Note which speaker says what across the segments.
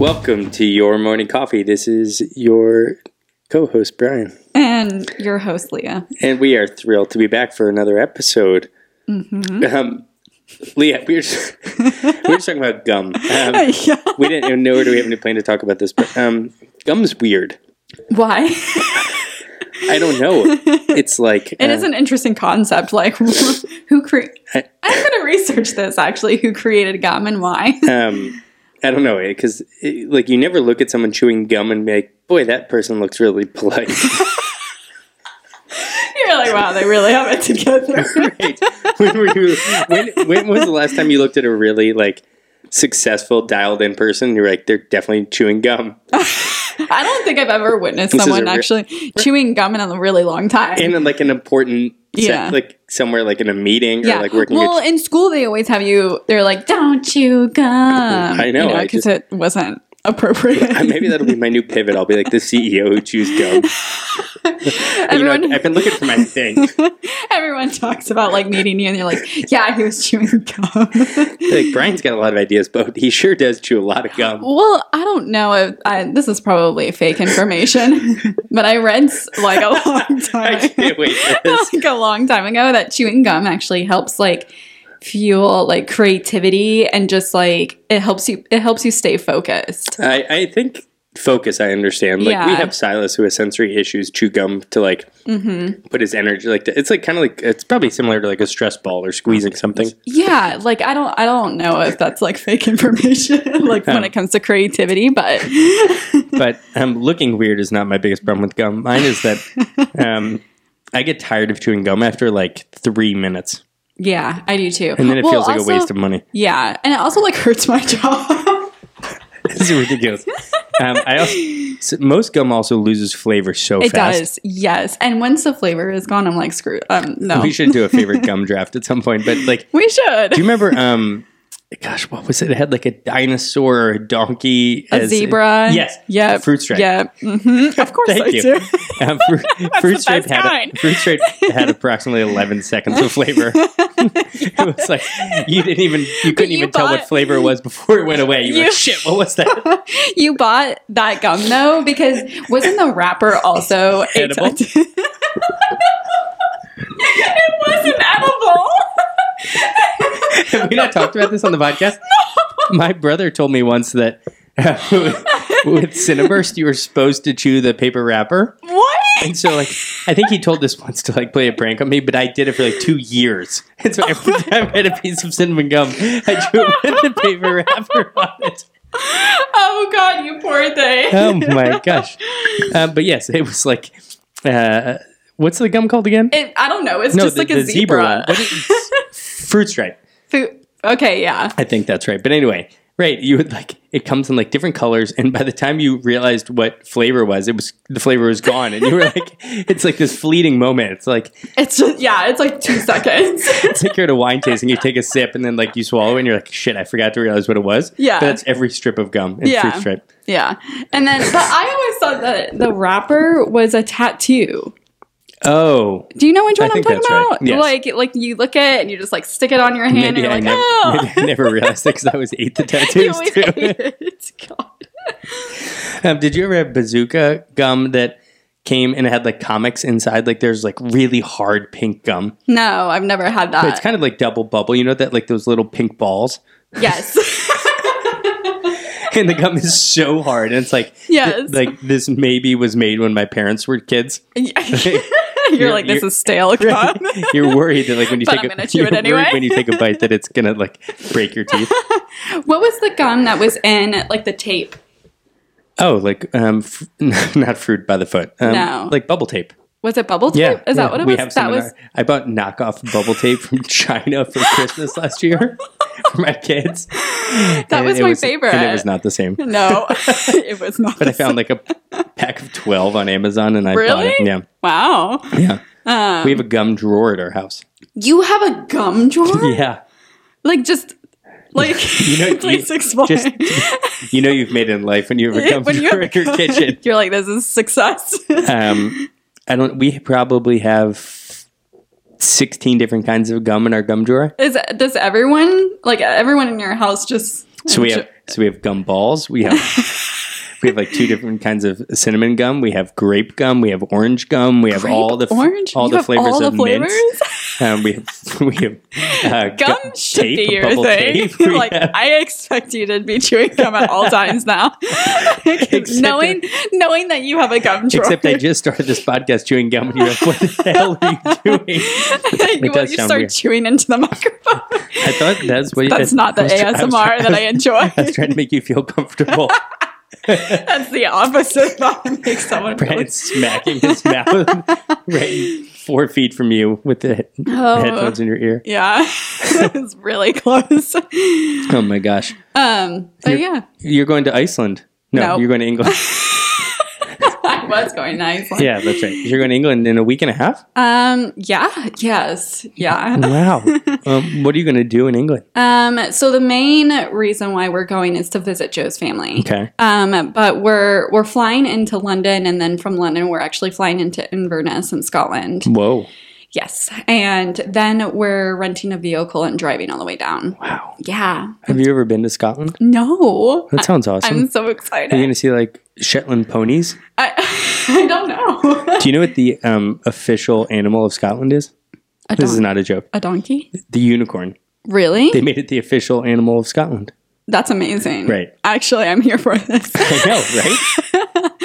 Speaker 1: Welcome to your morning coffee. This is your co host, Brian.
Speaker 2: And your host, Leah.
Speaker 1: And we are thrilled to be back for another episode.
Speaker 2: Mm-hmm.
Speaker 1: Um, Leah, we were, just, we were just talking about gum. Um,
Speaker 2: yeah.
Speaker 1: we didn't even know or do we have any plan to talk about this, but um, gum's weird.
Speaker 2: Why?
Speaker 1: I don't know. It's like.
Speaker 2: It is an interesting concept. Like, who created.
Speaker 1: I-
Speaker 2: I'm going to research this actually who created gum and why.
Speaker 1: um, I don't know, because like you never look at someone chewing gum and be like, boy, that person looks really polite.
Speaker 2: You're like, wow, they really have it together.
Speaker 1: right. When, were you, when, when was the last time you looked at a really like successful dialed in person? and You're like, they're definitely chewing gum.
Speaker 2: I don't think I've ever witnessed
Speaker 1: is
Speaker 2: someone
Speaker 1: a re-
Speaker 2: actually chewing gum in a really long time.
Speaker 1: And in like an important, se-
Speaker 2: Yeah.
Speaker 1: like somewhere like in a meeting
Speaker 2: yeah.
Speaker 1: or like working.
Speaker 2: well,
Speaker 1: at,
Speaker 2: in school, they always have you, they're like, don't chew gum.
Speaker 1: I know, I
Speaker 2: Because
Speaker 1: just-
Speaker 2: it wasn't appropriate.
Speaker 1: uh, maybe that'll be my new pivot. I'll be like the CEO who chews gum. you know,
Speaker 2: Everyone-
Speaker 1: I, I've been looking for my thing.
Speaker 2: Everyone talks about like meeting you, and you're like, "Yeah, he was chewing gum."
Speaker 1: like Brian's got a lot of ideas, but he sure does chew a lot of gum.
Speaker 2: well, I don't know if I, this is probably fake information, but I read s- like a long time,
Speaker 1: I can't wait for this.
Speaker 2: like a long time ago, that chewing gum actually helps like fuel like creativity and just like it helps you it helps you stay focused.
Speaker 1: I, I think focus I understand. Like we
Speaker 2: Yeah.
Speaker 1: have Silas who has sensory issues, chew gum to like
Speaker 2: Mm-hmm.
Speaker 1: put his energy like to, it's like kind of like it's probably similar to like a stress ball or squeezing something.
Speaker 2: Yeah, like I don't I don't know if that's like fake information like when it comes to creativity, but
Speaker 1: But um, looking weird is not my biggest problem with gum. Mine is that um, I get tired of chewing gum after like three minutes,
Speaker 2: yeah, I do too.
Speaker 1: and then it feels like a waste of money.
Speaker 2: Yeah, and it also like hurts my jaw.
Speaker 1: This is ridiculous. um, I also s- most gum also loses flavor so
Speaker 2: it
Speaker 1: fast.
Speaker 2: does, yes. And once the flavor is gone, I'm like, screw. Um, no,
Speaker 1: We should do a favorite gum draft at some point, but like
Speaker 2: We should.
Speaker 1: Do you remember? Um, gosh, what was it? It had like a dinosaur, or a donkey,
Speaker 2: a zebra.
Speaker 1: yes,
Speaker 2: Yep.
Speaker 1: fruit stripe.
Speaker 2: Yep. hmm Of course I
Speaker 1: Thank you.
Speaker 2: do.
Speaker 1: Um, fruit, fruit
Speaker 2: the
Speaker 1: stripe
Speaker 2: best
Speaker 1: had a,
Speaker 2: kind.
Speaker 1: fruit stripe had approximately eleven seconds of flavor. it was like you didn't even you couldn't
Speaker 2: you
Speaker 1: even tell what
Speaker 2: bought-
Speaker 1: flavor it was before it went away. You, were
Speaker 2: You-
Speaker 1: like, shit. What was that?
Speaker 2: You bought that gum though because wasn't the wrapper also
Speaker 1: Edible?
Speaker 2: it wasn't edible.
Speaker 1: Have we not talked about this on the podcast? My brother told me once that. uh, with Cineburst, you were supposed to chew the paper wrapper.
Speaker 2: what?
Speaker 1: And so, like, I think he told this once to like play a prank on me, but I did it for like two years. And so every time I had a piece of cinnamon gum, I drew it with the paper wrapper on it.
Speaker 2: Oh God, you poor thing.
Speaker 1: Oh my gosh! Uh, but yes, it was like, uh, what's the gum called again?
Speaker 2: It, I don't know. It's just like a
Speaker 1: one. What is- fruit stripe.
Speaker 2: Food. Okay, yeah.
Speaker 1: I think that's right. But anyway, right? You would like it comes in like different colors, and by the time you realized what flavor was, it was the flavor was gone, and you were like, it's like this fleeting moment. It's like
Speaker 2: It's just yeah, it's like two seconds.
Speaker 1: It's like you're at a wine tasting, you take a sip, and then like you swallow, and you're like, "Shit, I forgot to realize what it was."
Speaker 2: Yeah.
Speaker 1: but that's every strip of gum and
Speaker 2: Yeah.
Speaker 1: fruit stripe.
Speaker 2: yeah, and then but I always thought that the wrapper was a tattoo.
Speaker 1: Oh,
Speaker 2: Do you know which one
Speaker 1: I
Speaker 2: I'm
Speaker 1: think
Speaker 2: talking
Speaker 1: that's right.
Speaker 2: about?
Speaker 1: Yes.
Speaker 2: Like like you look at it and you just like stick it on your hand and
Speaker 1: maybe
Speaker 2: you're
Speaker 1: I,
Speaker 2: like,
Speaker 1: never,
Speaker 2: oh,
Speaker 1: maybe I never realized it because I was ate the
Speaker 2: you
Speaker 1: tattoos
Speaker 2: always
Speaker 1: too.
Speaker 2: hate it. God.
Speaker 1: um, did you ever have bazooka gum that came and it had like comics inside? Like there's like really hard pink gum.
Speaker 2: No, I've never had that.
Speaker 1: It's kind of like double bubble. You know that like those little pink balls,
Speaker 2: yes,
Speaker 1: and the gum is so hard, and it's like
Speaker 2: Yes.
Speaker 1: like this maybe was made when my parents were kids.
Speaker 2: you're, like this
Speaker 1: you're-
Speaker 2: is stale. God.
Speaker 1: you're worried that like when you
Speaker 2: But
Speaker 1: take
Speaker 2: I'm
Speaker 1: a,
Speaker 2: gonna chew
Speaker 1: you're
Speaker 2: it anyway.
Speaker 1: worried when you take a bite that it's gonna like break your teeth.
Speaker 2: what was the gum that was in like the tape?
Speaker 1: Oh, like um, f- not fruit by the foot. Um,
Speaker 2: No.
Speaker 1: like bubble tape.
Speaker 2: Was it bubble tape?
Speaker 1: Yeah,
Speaker 2: is
Speaker 1: yeah,
Speaker 2: that what it
Speaker 1: we
Speaker 2: was?
Speaker 1: have some
Speaker 2: that
Speaker 1: in
Speaker 2: was
Speaker 1: our- I bought knockoff bubble tape from China for Christmas last year for my kids.
Speaker 2: that
Speaker 1: And
Speaker 2: was
Speaker 1: it
Speaker 2: my
Speaker 1: And it
Speaker 2: favorite.
Speaker 1: was not the same.
Speaker 2: no, it was not.
Speaker 1: But I found like a pack of twelve on Amazon, and I bought
Speaker 2: Really? Um.
Speaker 1: it. Yeah,
Speaker 2: Wow.
Speaker 1: yeah. we have a gum drawer at our house.
Speaker 2: You have a gum drawer?
Speaker 1: Yeah,
Speaker 2: Like just like
Speaker 1: you know,
Speaker 2: please
Speaker 1: you,
Speaker 2: explain.
Speaker 1: just you know, you've made it in life when you have a
Speaker 2: Yeah,
Speaker 1: gum
Speaker 2: when you
Speaker 1: drawer in
Speaker 2: have a
Speaker 1: your
Speaker 2: gum-
Speaker 1: kitchen.
Speaker 2: You're like, this is success.
Speaker 1: um, I don't. We probably have sixteen different kinds of gum in our gum drawer.
Speaker 2: is does everyone like everyone in your house just
Speaker 1: So we have so we have gum balls. We have we have like two different kinds of cinnamon gum. We have grape gum. We have orange gum. We have
Speaker 2: Grape
Speaker 1: all the f-
Speaker 2: orange?
Speaker 1: all
Speaker 2: You
Speaker 1: the
Speaker 2: have
Speaker 1: flavors
Speaker 2: all the
Speaker 1: of mint. Um, we have we have uh, gu-
Speaker 2: Gum should
Speaker 1: tape,
Speaker 2: be your
Speaker 1: bubble
Speaker 2: thing.
Speaker 1: tape. We
Speaker 2: like
Speaker 1: have-
Speaker 2: I expect you to be chewing gum at all times now. 'Cause
Speaker 1: Except
Speaker 2: knowing knowing that you have a gum drawer.
Speaker 1: Except I just started this podcast chewing gum, and you're like, "What the hell are you doing?"
Speaker 2: you,
Speaker 1: does
Speaker 2: you
Speaker 1: sound
Speaker 2: start
Speaker 1: weird.
Speaker 2: chewing into the microphone.
Speaker 1: I thought that's what.
Speaker 2: That's
Speaker 1: I-
Speaker 2: not the
Speaker 1: I was try- I was
Speaker 2: ASMR
Speaker 1: try-
Speaker 2: that I enjoy.
Speaker 1: I was trying to make you feel comfortable.
Speaker 2: That's the opposite that makes someone feel-
Speaker 1: Brandon's smacking his mouth right four feet from you with the he-
Speaker 2: Oh.
Speaker 1: headphones in your ear.
Speaker 2: Yeah. it's really close.
Speaker 1: Oh my gosh!
Speaker 2: Um, but yeah,
Speaker 1: You're going to Iceland? No,
Speaker 2: No.
Speaker 1: you're going to England.
Speaker 2: I was going to Iceland.
Speaker 1: yeah, that's right. You're going to England in a week and a half.
Speaker 2: Um, yeah, yes, yeah.
Speaker 1: Wow. um, what are you going to do in England?
Speaker 2: Um, so the main reason why we're going is to visit Joe's family.
Speaker 1: Okay.
Speaker 2: Um, but we're we're flying into London, and then from London, we're actually flying into Inverness in Scotland.
Speaker 1: Whoa.
Speaker 2: Yes, and then we're renting a vehicle and driving all the way down.
Speaker 1: Wow.
Speaker 2: Yeah.
Speaker 1: Have you ever been to Scotland?
Speaker 2: No.
Speaker 1: That sounds awesome.
Speaker 2: I'm so excited.
Speaker 1: Are you going to see like Shetland ponies?
Speaker 2: I, I don't know.
Speaker 1: Do you know what the um, official animal of Scotland is?
Speaker 2: A,
Speaker 1: This is
Speaker 2: don-
Speaker 1: not a joke.
Speaker 2: a donkey?
Speaker 1: The unicorn.
Speaker 2: Really?
Speaker 1: They made it the official animal of Scotland.
Speaker 2: That's amazing.
Speaker 1: Right.
Speaker 2: Actually, I'm here for this.
Speaker 1: I know, right?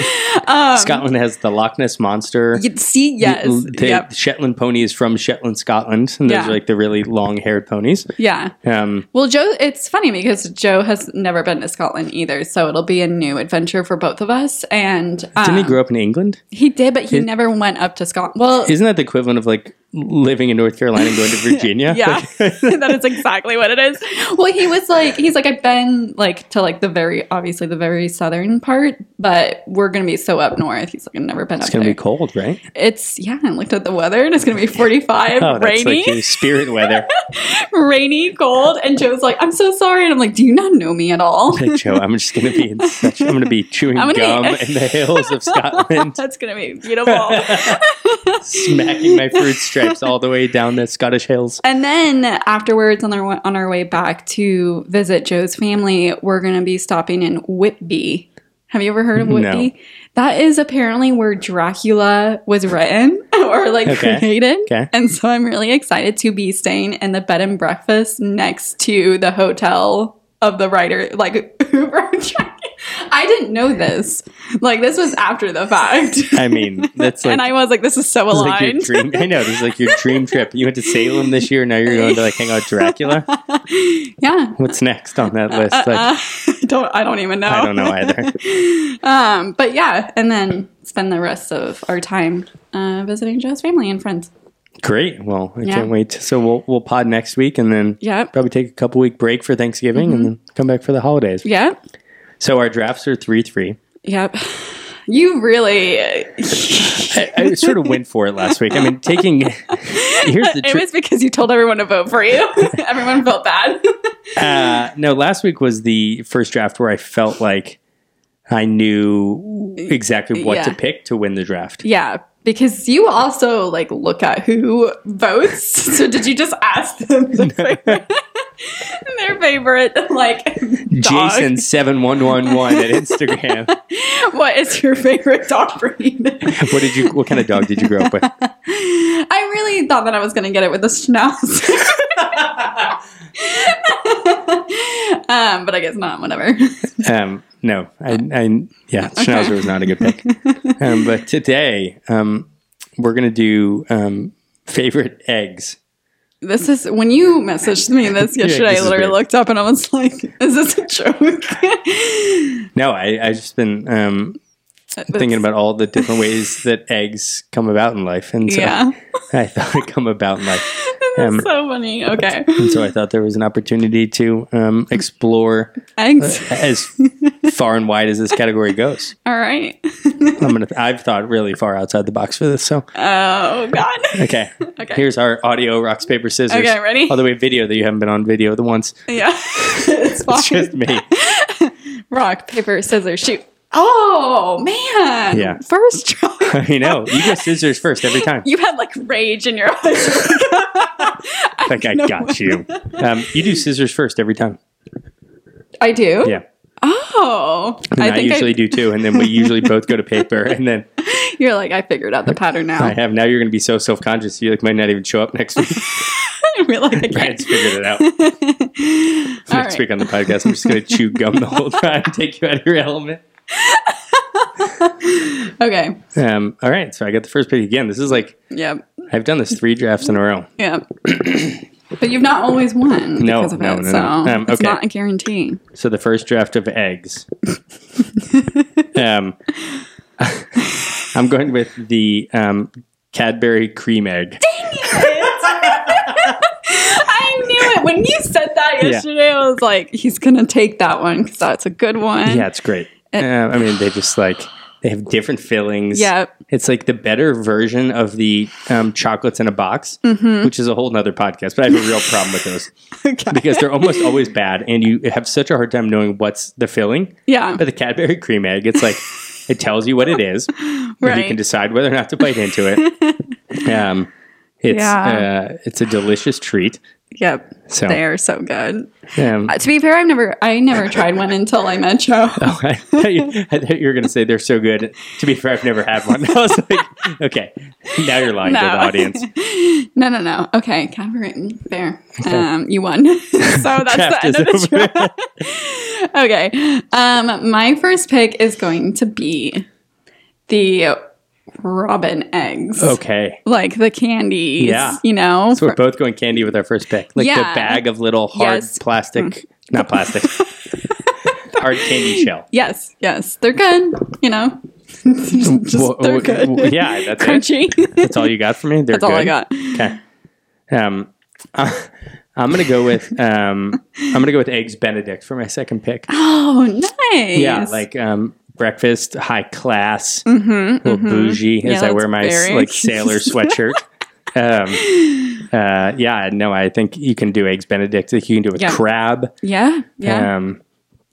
Speaker 1: Scotland has the Loch Ness monster.
Speaker 2: you see, Um, yes.
Speaker 1: The
Speaker 2: yep.
Speaker 1: Shetland pony is from Shetland, Scotland, and those
Speaker 2: Yeah.
Speaker 1: are like the really long-haired ponies.
Speaker 2: Yeah.
Speaker 1: Um,
Speaker 2: Well, Joe, it's funny because Joe has never been to Scotland either, so it'll be a new adventure for both of us. And um,
Speaker 1: didn't he grow up in England?
Speaker 2: he did, but he never went up to Scotland. Well,
Speaker 1: Isn't that the equivalent of like living in North Carolina and going to Virginia?
Speaker 2: yeah,
Speaker 1: Like,
Speaker 2: that is exactly what it is. Well, he was like, he's like, I've been like to like the very, obviously the very southern part, but we're gonna be so up north. He's like, I've never been
Speaker 1: it's
Speaker 2: up
Speaker 1: gonna
Speaker 2: there.
Speaker 1: be cold, right?
Speaker 2: It's yeah. I looked at the weather, and it's gonna be forty five,
Speaker 1: Oh, that's
Speaker 2: rainy,
Speaker 1: like your spirit weather.
Speaker 2: rainy, cold. And Joe's like, I'm so sorry, and I'm like, Do you not know me at all?
Speaker 1: Like, Joe, I'm just gonna be in such. I'm gonna be chewing
Speaker 2: I'm
Speaker 1: gum
Speaker 2: gonna-
Speaker 1: in the hills of Scotland,
Speaker 2: That's gonna be beautiful.
Speaker 1: smacking my fruit stripes all the way down the Scottish hills.
Speaker 2: And then afterwards, on our wa- on our way back to visit Joe's family, we're gonna be stopping in Whitby. Have you ever heard of
Speaker 1: No.
Speaker 2: Whitby? That is apparently where Dracula was written or like
Speaker 1: Okay.
Speaker 2: created.
Speaker 1: Okay.
Speaker 2: And so I'm really excited to be staying in the bed and breakfast next to the hotel of the writer, like who wrote Dracula. I didn't know this. Like this was after the fact.
Speaker 1: I mean, that's like
Speaker 2: and I was like, this is so
Speaker 1: This is like your
Speaker 2: aligned.
Speaker 1: dream. I know this is like your dream trip. You went to Salem this year. Now you're going to like hang out with Dracula.
Speaker 2: yeah.
Speaker 1: What's next on that list? Like,
Speaker 2: Uh, don't I don't even know.
Speaker 1: I don't know either.
Speaker 2: Um, but yeah, and then spend the rest of our time uh, visiting Joe's family and friends.
Speaker 1: Great. Well, I
Speaker 2: Yeah.
Speaker 1: can't wait. So we'll we'll pod next week and then
Speaker 2: Yep. Mm-hmm.
Speaker 1: probably take a couple week break for Thanksgiving and then come back for the holidays.
Speaker 2: Yep.
Speaker 1: So our drafts are three three.
Speaker 2: Yep. You really.
Speaker 1: I, I sort of went for it last week. I mean, taking here's the
Speaker 2: It
Speaker 1: truth.
Speaker 2: was because you told everyone to vote for you. everyone felt bad.
Speaker 1: Uh, no, last week was the first draft where I felt like I knew exactly what to
Speaker 2: Yeah.
Speaker 1: pick to win the draft.
Speaker 2: yeah, because you also like look at who votes. So did you just ask them the favorite, their favorite like dog?
Speaker 1: Jason seven one one one at Instagram.
Speaker 2: What is your favorite dog breed?
Speaker 1: what did you? What kind of dog did you grow up with?
Speaker 2: I really thought that I was gonna get it with a schnauz. um, but I guess not. Whatever.
Speaker 1: Um, no, I, I yeah, Schnauzer was not a good pick. Um, but today, um, we're gonna do um, favorite eggs.
Speaker 2: This is when you messaged me this yesterday.
Speaker 1: this
Speaker 2: I
Speaker 1: is
Speaker 2: literally
Speaker 1: weird.
Speaker 2: looked up and I was like, "Is this a joke?"
Speaker 1: No, I I just been um, thinking about all the different ways that eggs come about in life, and so
Speaker 2: Yeah.
Speaker 1: I thought it come about in life. Um,
Speaker 2: That's so funny. Okay,
Speaker 1: and so I thought there was an opportunity to um, explore
Speaker 2: eggs.
Speaker 1: as far and wide as this category goes.
Speaker 2: All right.
Speaker 1: I'm gonna. I've thought really far outside the box for this. So
Speaker 2: Oh God.
Speaker 1: okay.
Speaker 2: Okay.
Speaker 1: Here's our audio rocks paper scissors.
Speaker 2: Okay, ready?
Speaker 1: All the way video that you haven't been on video the once.
Speaker 2: Yeah, it's fine.
Speaker 1: It's just me.
Speaker 2: Rock, paper, scissors, shoot. Oh man.
Speaker 1: Yeah.
Speaker 2: First try.
Speaker 1: I know you go scissors first every time.
Speaker 2: You had like rage in your eyes.
Speaker 1: Like I got you. Um, you do scissors first every time.
Speaker 2: I do.
Speaker 1: Yeah.
Speaker 2: Oh,
Speaker 1: And I,
Speaker 2: think
Speaker 1: usually do too. And then we usually both go to paper. And then
Speaker 2: you're like I figured out the pattern now.
Speaker 1: I have now you're going to be so self conscious you like might not even show up next week.
Speaker 2: We're like, I
Speaker 1: Brad's figured it out.
Speaker 2: can't. All
Speaker 1: next
Speaker 2: right.
Speaker 1: week on the podcast, I'm just going to chew gum the whole time, take you out of your element.
Speaker 2: Okay.
Speaker 1: Um, all right, so I got the first pick again. This is like
Speaker 2: Yep.
Speaker 1: I've done this three drafts in a row.
Speaker 2: Yep. but you've not always won
Speaker 1: No,
Speaker 2: because of
Speaker 1: no,
Speaker 2: it,
Speaker 1: no,
Speaker 2: so
Speaker 1: no. Um,
Speaker 2: it's
Speaker 1: okay.
Speaker 2: not a guarantee.
Speaker 1: So the first draft of eggs. um, I'm going with the um, Cadbury cream egg.
Speaker 2: I knew it when you said that
Speaker 1: Yeah.
Speaker 2: yesterday. I was like, he's gonna take that one because that's a good one.
Speaker 1: Yeah, it's great. Uh, I mean, they just like they have different fillings.
Speaker 2: Yeah.
Speaker 1: it's like the better version of the um, chocolates in a box, which is a whole nother podcast. But I have a real problem with those
Speaker 2: Okay.
Speaker 1: because they're almost always bad, and you have such a hard time knowing what's the filling.
Speaker 2: yeah.
Speaker 1: But the Cadbury cream egg, it's like it tells you what it is, and you
Speaker 2: Right.
Speaker 1: can decide whether or not to bite into it. Um, it's
Speaker 2: Yeah.
Speaker 1: uh, it's a delicious treat.
Speaker 2: Yep.
Speaker 1: So
Speaker 2: They are so good.
Speaker 1: um,
Speaker 2: Uh, to be fair, I've never I never tried one until I met Joe.
Speaker 1: I thought you, I thought you were going to say they're so good. To be fair, I've never had one. I was like, okay, now you're lying to
Speaker 2: No.
Speaker 1: the audience.
Speaker 2: No, no, no. Okay, Catherine, fair. Um, you won. so that's
Speaker 1: Draft
Speaker 2: the end
Speaker 1: is
Speaker 2: of the
Speaker 1: over.
Speaker 2: draft. okay. Um, my first pick is going to be the robin eggs.
Speaker 1: Okay.
Speaker 2: Like the candies,
Speaker 1: Yeah.
Speaker 2: you know?
Speaker 1: So we're both going candy with our first pick. Like
Speaker 2: Yeah.
Speaker 1: the bag of little hard
Speaker 2: Yes. Mm.
Speaker 1: plastic, not plastic, hard candy shell.
Speaker 2: yes, yes. They're good, you know? Just,
Speaker 1: Wha-
Speaker 2: they're
Speaker 1: wha-
Speaker 2: good.
Speaker 1: wha- yeah, that's it.
Speaker 2: Crunchy.
Speaker 1: That's all you got for me? They're
Speaker 2: that's all I
Speaker 1: good?
Speaker 2: got.
Speaker 1: Okay. Um, I'm gonna go with um, I'm gonna go with eggs Benedict for my second pick.
Speaker 2: Oh, nice.
Speaker 1: Yeah, like um, breakfast, high class, little bougie as
Speaker 2: Mm-hmm, Yeah,
Speaker 1: I wear
Speaker 2: that's
Speaker 1: my s-
Speaker 2: very-
Speaker 1: like sailor sweatshirt. um, uh, yeah, no, I think you can do eggs Benedict. Like, You can do it with
Speaker 2: Yeah.
Speaker 1: crab.
Speaker 2: Yeah, yeah.
Speaker 1: Um,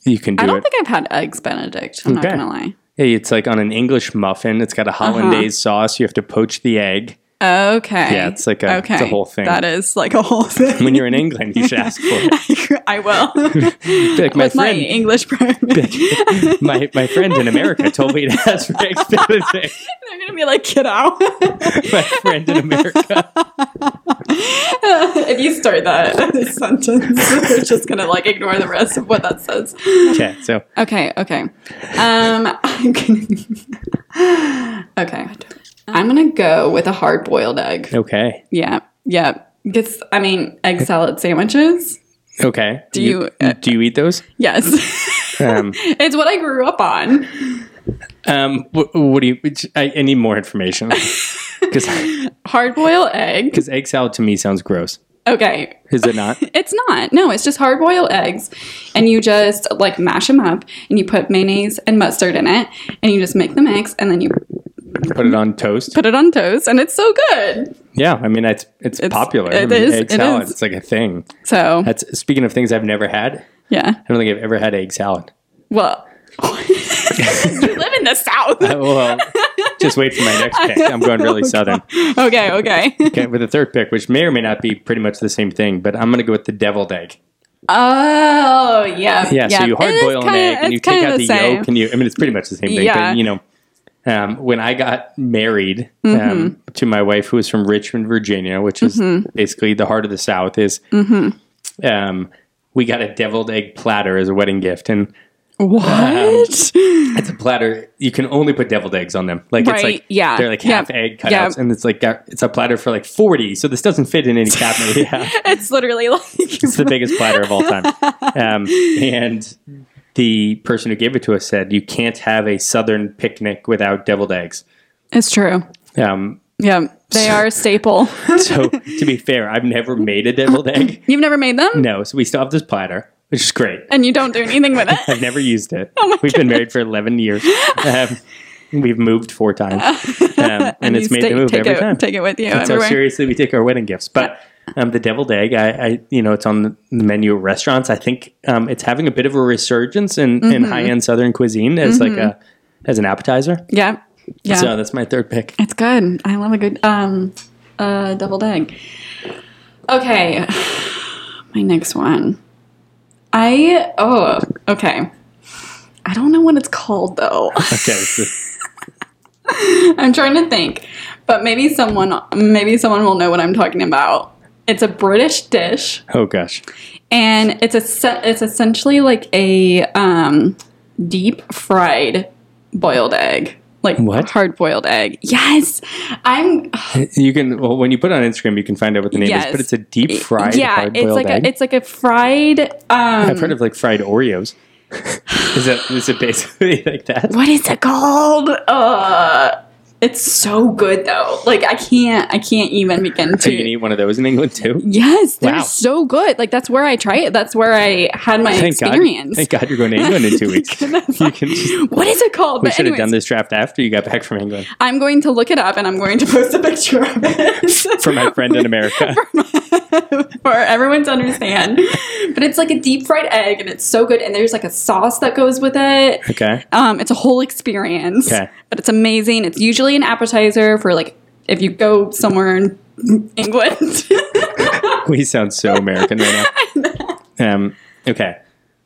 Speaker 1: you can do
Speaker 2: I don't
Speaker 1: it.
Speaker 2: think I've had eggs Benedict. I'm
Speaker 1: Okay.
Speaker 2: not going to lie.
Speaker 1: Hey, it's like on an English muffin. It's
Speaker 2: Uh-huh.
Speaker 1: got a hollandaise sauce. You have to poach the egg.
Speaker 2: Okay.
Speaker 1: Yeah, it's like a- it's a whole thing.
Speaker 2: That is like a whole thing.
Speaker 1: When you're in England, you should ask for it.
Speaker 2: I will.
Speaker 1: Be Like
Speaker 2: With my English friend.
Speaker 1: my my friend in America told me to ask for eggs Benedict.
Speaker 2: They're going to be like, get out.
Speaker 1: My friend in America.
Speaker 2: if you start that sentence, they're just going to like ignore the rest of what that says.
Speaker 1: Okay, so
Speaker 2: Okay, okay. Um, I'm gonna- okay. I'm going to go with a hard boiled egg.
Speaker 1: okay,
Speaker 2: Yeah, yeah. Because, I mean, egg salad sandwiches.
Speaker 1: okay. Do
Speaker 2: you, uh,
Speaker 1: do you eat those?
Speaker 2: Yes.
Speaker 1: Um,
Speaker 2: it's what I grew up on.
Speaker 1: um, what, what do you? which- I, I need more information because
Speaker 2: Hard boiled egg.
Speaker 1: egg salad to me sounds gross.
Speaker 2: Okay.
Speaker 1: Is it not?
Speaker 2: It's not. No, it's just hard boiled eggs. And you just like mash them up and you put mayonnaise and mustard in it and you just make the mix and then you
Speaker 1: Put it on toast.
Speaker 2: put it on toast and it's so good.
Speaker 1: Yeah, I mean it's it's,
Speaker 2: It's-
Speaker 1: popular. I
Speaker 2: it
Speaker 1: mean,
Speaker 2: is,
Speaker 1: egg
Speaker 2: it
Speaker 1: salad.
Speaker 2: is.
Speaker 1: It's like a thing.
Speaker 2: So,
Speaker 1: That's speaking of things I've never had.
Speaker 2: yeah.
Speaker 1: I don't think I've ever had egg salad.
Speaker 2: Well, you live in the South.
Speaker 1: Oh, Well, just wait for my next pick. I'm going really southern.
Speaker 2: Okay, okay.
Speaker 1: Okay, with the third pick, which may or may not be pretty much the same thing, but I'm going to go with the deviled egg.
Speaker 2: Oh, yeah.
Speaker 1: Yeah, so you hard boil an egg and you take out the yolk, and you. I mean, it's pretty much the same thing.
Speaker 2: Yeah.
Speaker 1: But you know, um, when I got married um,
Speaker 2: Mm-hmm.
Speaker 1: to my wife, who was from Richmond, Virginia, which is basically the heart of the South, is
Speaker 2: Mm-hmm.
Speaker 1: um, we got a deviled egg platter as a wedding gift, and um,
Speaker 2: What?
Speaker 1: it's a platter you can only put deviled eggs on them. Like it's
Speaker 2: Right,
Speaker 1: like
Speaker 2: yeah.
Speaker 1: they're like
Speaker 2: Yep,
Speaker 1: half egg cutouts,
Speaker 2: yep.
Speaker 1: and it's like got, it's a platter for like forty, so this doesn't fit in any cabinet we have.
Speaker 2: it's literally like
Speaker 1: It's the biggest platter of all time. Um, and the person who gave it to us said, "You can't have a southern picnic without deviled eggs."
Speaker 2: It's true.
Speaker 1: Um,
Speaker 2: Yeah, they are a staple.
Speaker 1: so, to be fair, I've never made a deviled egg.
Speaker 2: You've never made them?
Speaker 1: No, so we still have this platter, which is great.
Speaker 2: And you don't do anything with it?
Speaker 1: I've never used it.
Speaker 2: Oh
Speaker 1: we've been married for eleven years. Um, we've moved four times, um, and,
Speaker 2: You
Speaker 1: it's made
Speaker 2: stay-
Speaker 1: to move
Speaker 2: take
Speaker 1: every
Speaker 2: it,
Speaker 1: time.
Speaker 2: Take it with you
Speaker 1: That's how
Speaker 2: everywhere.
Speaker 1: seriously we take our wedding gifts. But um, the deviled egg, I, I, you know, it's on the menu at restaurants. I think um, it's having a bit of a resurgence in, in
Speaker 2: Mm-hmm.
Speaker 1: high end Southern cuisine as like a as an appetizer.
Speaker 2: Yeah, Mm-hmm. yeah,
Speaker 1: So that's my third pick.
Speaker 2: it's good. I love a good um, uh, deviled egg. Okay, my next one. I oh okay. I don't know what it's called though.
Speaker 1: Okay. so-
Speaker 2: I'm trying to think, but maybe someone maybe someone will know what I'm talking about. It's a British dish,
Speaker 1: oh gosh.
Speaker 2: and it's a it's essentially like a um, deep fried boiled egg, like
Speaker 1: What?
Speaker 2: hard boiled egg. Yes, I'm.
Speaker 1: You can well, when you put it on Instagram, you can find out what the name
Speaker 2: Yes.
Speaker 1: is. But it's a deep fried
Speaker 2: yeah, it's
Speaker 1: hard-boiled
Speaker 2: like
Speaker 1: egg.
Speaker 2: a it's like a fried. Um,
Speaker 1: I've heard of like fried Oreos. is that is it basically like that?
Speaker 2: what is it called? Uh, it's so good though. Like I can't I can't even begin
Speaker 1: So you can
Speaker 2: to.
Speaker 1: eat one of those in England too.
Speaker 2: Yes, they're
Speaker 1: Wow.
Speaker 2: so good. Like that's where I try it. That's where I had my
Speaker 1: Thank God.
Speaker 2: experience.
Speaker 1: Thank God you're going to England in two weeks. you can just,
Speaker 2: What is it called?
Speaker 1: we
Speaker 2: But
Speaker 1: should have done
Speaker 2: anyways,
Speaker 1: this draft after you got back from England
Speaker 2: I'm going to look it up and I'm going to post a picture of it
Speaker 1: from my friend in America.
Speaker 2: for everyone to understand. But it's like a deep fried egg and it's so good. And there's like a sauce that goes with it.
Speaker 1: Okay.
Speaker 2: Um, it's a whole experience.
Speaker 1: Okay.
Speaker 2: But it's amazing. It's usually an appetizer for like if you go somewhere in England.
Speaker 1: We sound so American right now. Um, okay.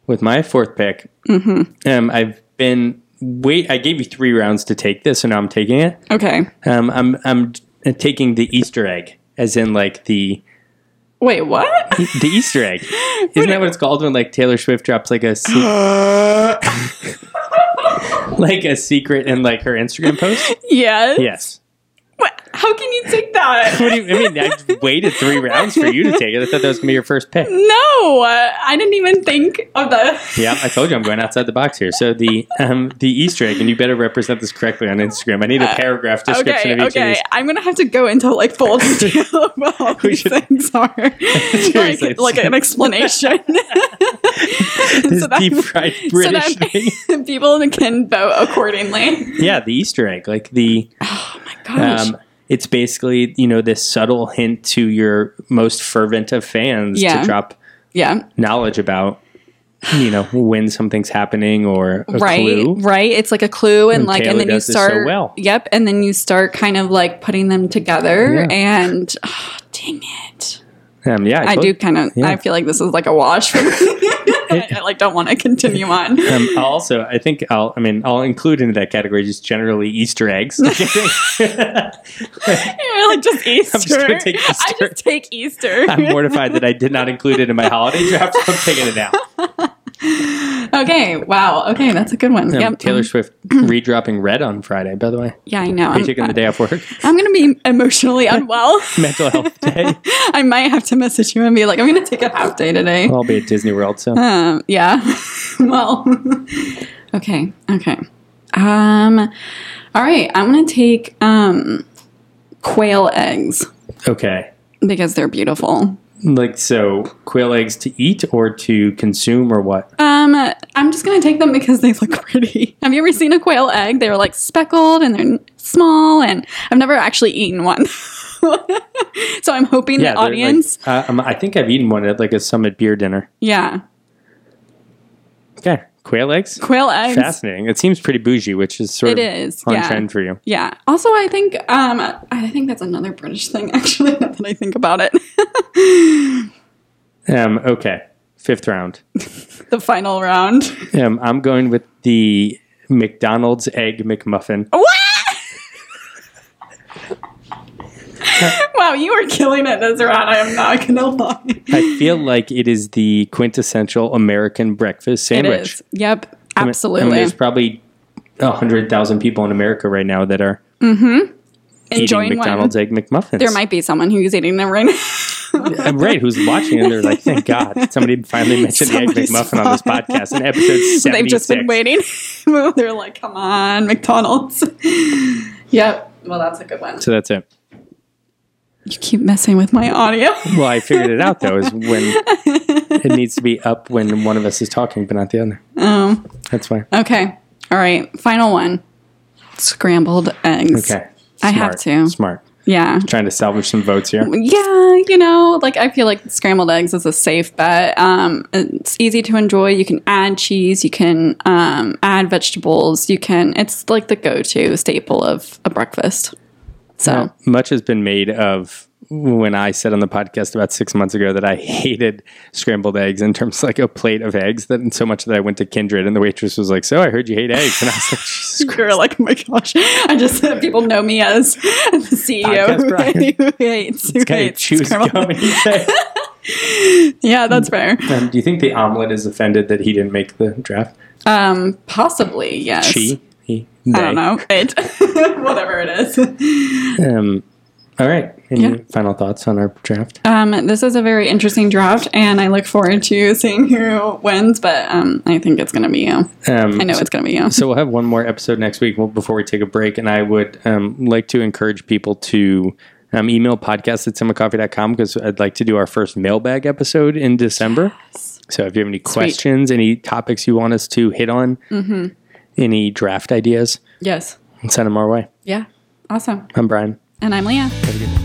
Speaker 1: With my fourth pick, um, I've been wait. I gave you three rounds to take this, and now I'm taking it.
Speaker 2: okay.
Speaker 1: Um, I'm I'm taking the Easter egg, as in like the
Speaker 2: Wait, what?
Speaker 1: the Easter egg. Isn't that what it's called when like Taylor Swift drops like a se- like a secret in like her Instagram post?
Speaker 2: Yes.
Speaker 1: Yes.
Speaker 2: What? How can you take that?
Speaker 1: What do you, I mean, I waited three rounds for you to take it. I thought that was gonna be your first pick.
Speaker 2: No, uh, I didn't even think of that.
Speaker 1: Yeah, I told you I'm going outside the box here. So the um, the Easter egg, and you better represent this correctly on Instagram. I need a paragraph description
Speaker 2: Uh, Okay,
Speaker 1: of each
Speaker 2: okay.
Speaker 1: of these.
Speaker 2: I'm gonna have to go into like full detail about what
Speaker 1: We
Speaker 2: these
Speaker 1: should-
Speaker 2: things are,
Speaker 1: Seriously.
Speaker 2: like, like an explanation,
Speaker 1: This
Speaker 2: so that-
Speaker 1: deep fried British
Speaker 2: so that
Speaker 1: thing.
Speaker 2: people can vote accordingly. Oh
Speaker 1: Yeah, the Easter egg, like the
Speaker 2: Gosh,
Speaker 1: Um, it's basically you know this subtle hint to your most fervent of fans
Speaker 2: Yeah.
Speaker 1: to drop
Speaker 2: yeah,
Speaker 1: knowledge about you know when something's happening or a
Speaker 2: right,
Speaker 1: clue.
Speaker 2: right. It's like a clue, and, like,
Speaker 1: Taylor
Speaker 2: and then you
Speaker 1: does this so
Speaker 2: start.
Speaker 1: well.
Speaker 2: Yep, and then you start kind of like putting them together,
Speaker 1: Yeah.
Speaker 2: and oh, dang it,
Speaker 1: Um, yeah,
Speaker 2: I
Speaker 1: told-
Speaker 2: do kind of.
Speaker 1: Yeah.
Speaker 2: I feel like this is like a wash. For me. I, I, like don't want to continue on.
Speaker 1: Um, I'll also, I think I'll. I mean, I'll include into that category just generally Easter eggs.
Speaker 2: I like just Easter.
Speaker 1: just gonna take
Speaker 2: I
Speaker 1: Easter.
Speaker 2: just take Easter.
Speaker 1: I'm mortified that I did not include it in my holiday draft. So I'm taking it out.
Speaker 2: Okay. Wow. Okay, that's a good one.
Speaker 1: Um,
Speaker 2: yep.
Speaker 1: Taylor
Speaker 2: um,
Speaker 1: Swift redropping red on Friday. By the way,
Speaker 2: yeah, I know. I'm,
Speaker 1: you taking the day off work,
Speaker 2: I'm gonna be emotionally unwell.
Speaker 1: mental health day.
Speaker 2: I might have to message you and be like, I'm gonna take a half day today.
Speaker 1: I'll be at Disney World. So
Speaker 2: Um, yeah. well. okay. Okay. Um. All right. I'm gonna take um quail eggs
Speaker 1: okay.
Speaker 2: because they're beautiful.
Speaker 1: Like so, quail eggs to eat or to consume or what?
Speaker 2: Um, I'm just gonna take them because they look pretty. Have you ever seen a quail egg? They're like speckled and they're n- small, and I've never actually eaten one. so I'm hoping
Speaker 1: they're,
Speaker 2: the
Speaker 1: like,
Speaker 2: audience,
Speaker 1: uh, um, I think I've eaten one at like a Summit beer dinner.
Speaker 2: yeah,
Speaker 1: Okay, quail eggs.
Speaker 2: quail eggs.
Speaker 1: Fascinating. It seems pretty bougie, which is sort
Speaker 2: It
Speaker 1: of
Speaker 2: is,
Speaker 1: on
Speaker 2: yeah.
Speaker 1: trend for you.
Speaker 2: Yeah. Also, I think um, I think that's another British thing. Actually, now that I think about it,
Speaker 1: Um, okay, fifth round.
Speaker 2: the final round.
Speaker 1: Um, I'm going with the McDonald's egg McMuffin.
Speaker 2: What? wow, you are killing it this round. I am not gonna lie.
Speaker 1: I feel like it is the quintessential American breakfast
Speaker 2: It
Speaker 1: sandwich.
Speaker 2: is. Yep.
Speaker 1: I mean-
Speaker 2: Absolutely.
Speaker 1: I mean, there's probably hundred thousand people in America right now that are
Speaker 2: Enjoying
Speaker 1: eating
Speaker 2: one.
Speaker 1: McDonald's egg McMuffins.
Speaker 2: There might be someone who's eating them right now.
Speaker 1: Uh, right, who's watching and they're like, thank God, somebody finally mentioned
Speaker 2: Somebody's
Speaker 1: the Egg McMuffin on this
Speaker 2: fine.
Speaker 1: podcast in episode 76.
Speaker 2: They've just been waiting. They're like, come on, McDonald's. yep. Well, that's a good one.
Speaker 1: So that's it.
Speaker 2: You keep messing with my audio.
Speaker 1: Well, I figured it out, though, is when it needs to be up when one of us is talking, but not the other.
Speaker 2: Um,
Speaker 1: That's why.
Speaker 2: okay. All right. Final one scrambled eggs.
Speaker 1: Okay.
Speaker 2: I have
Speaker 1: Smart.
Speaker 2: to.
Speaker 1: Smart.
Speaker 2: Yeah.
Speaker 1: Trying to salvage some votes here.
Speaker 2: Yeah, you know, like I feel like scrambled eggs is a safe bet. Um, it's easy to enjoy. You can add cheese, you can um, add vegetables, you can. It's like the go-to staple of a breakfast. So
Speaker 1: Much has been made of when I said on the podcast about six months ago that I hated scrambled eggs in terms of like a plate of eggs, that and so much that I went to Kindred and the waitress was like, "So I heard you hate eggs," and I was like, Jesus Christ.
Speaker 2: You're like, oh my gosh, I just people know me as the CEO
Speaker 1: Podcast Brian.
Speaker 2: who hates, who
Speaker 1: "Can I
Speaker 2: hates
Speaker 1: choose
Speaker 2: scrambled
Speaker 1: gum?"
Speaker 2: eggs. Yeah, that's fair.
Speaker 1: um, do you think the omelet is offended that he didn't make the draft?
Speaker 2: Um, possibly yes.
Speaker 1: She, he,
Speaker 2: I don't know it, whatever it is.
Speaker 1: Um, all right. Any
Speaker 2: Yeah.
Speaker 1: final thoughts on our draft?
Speaker 2: Um, this is a very interesting draft, and I look forward to seeing who wins. But um, I think it's gonna be you.
Speaker 1: Um,
Speaker 2: I know it's gonna be you.
Speaker 1: So we'll have one more episode next week well, before we take a break. And I would um, like to encourage people to um, email podcast at summercoffee.com because I'd like to do our first mailbag episode in December. So if you have any questions, any topics you want us to hit on, any draft ideas,
Speaker 2: Yes.
Speaker 1: send them our way.
Speaker 2: Yeah. Awesome.
Speaker 1: I'm Brian.
Speaker 2: And I'm Leah.
Speaker 1: Have a good day.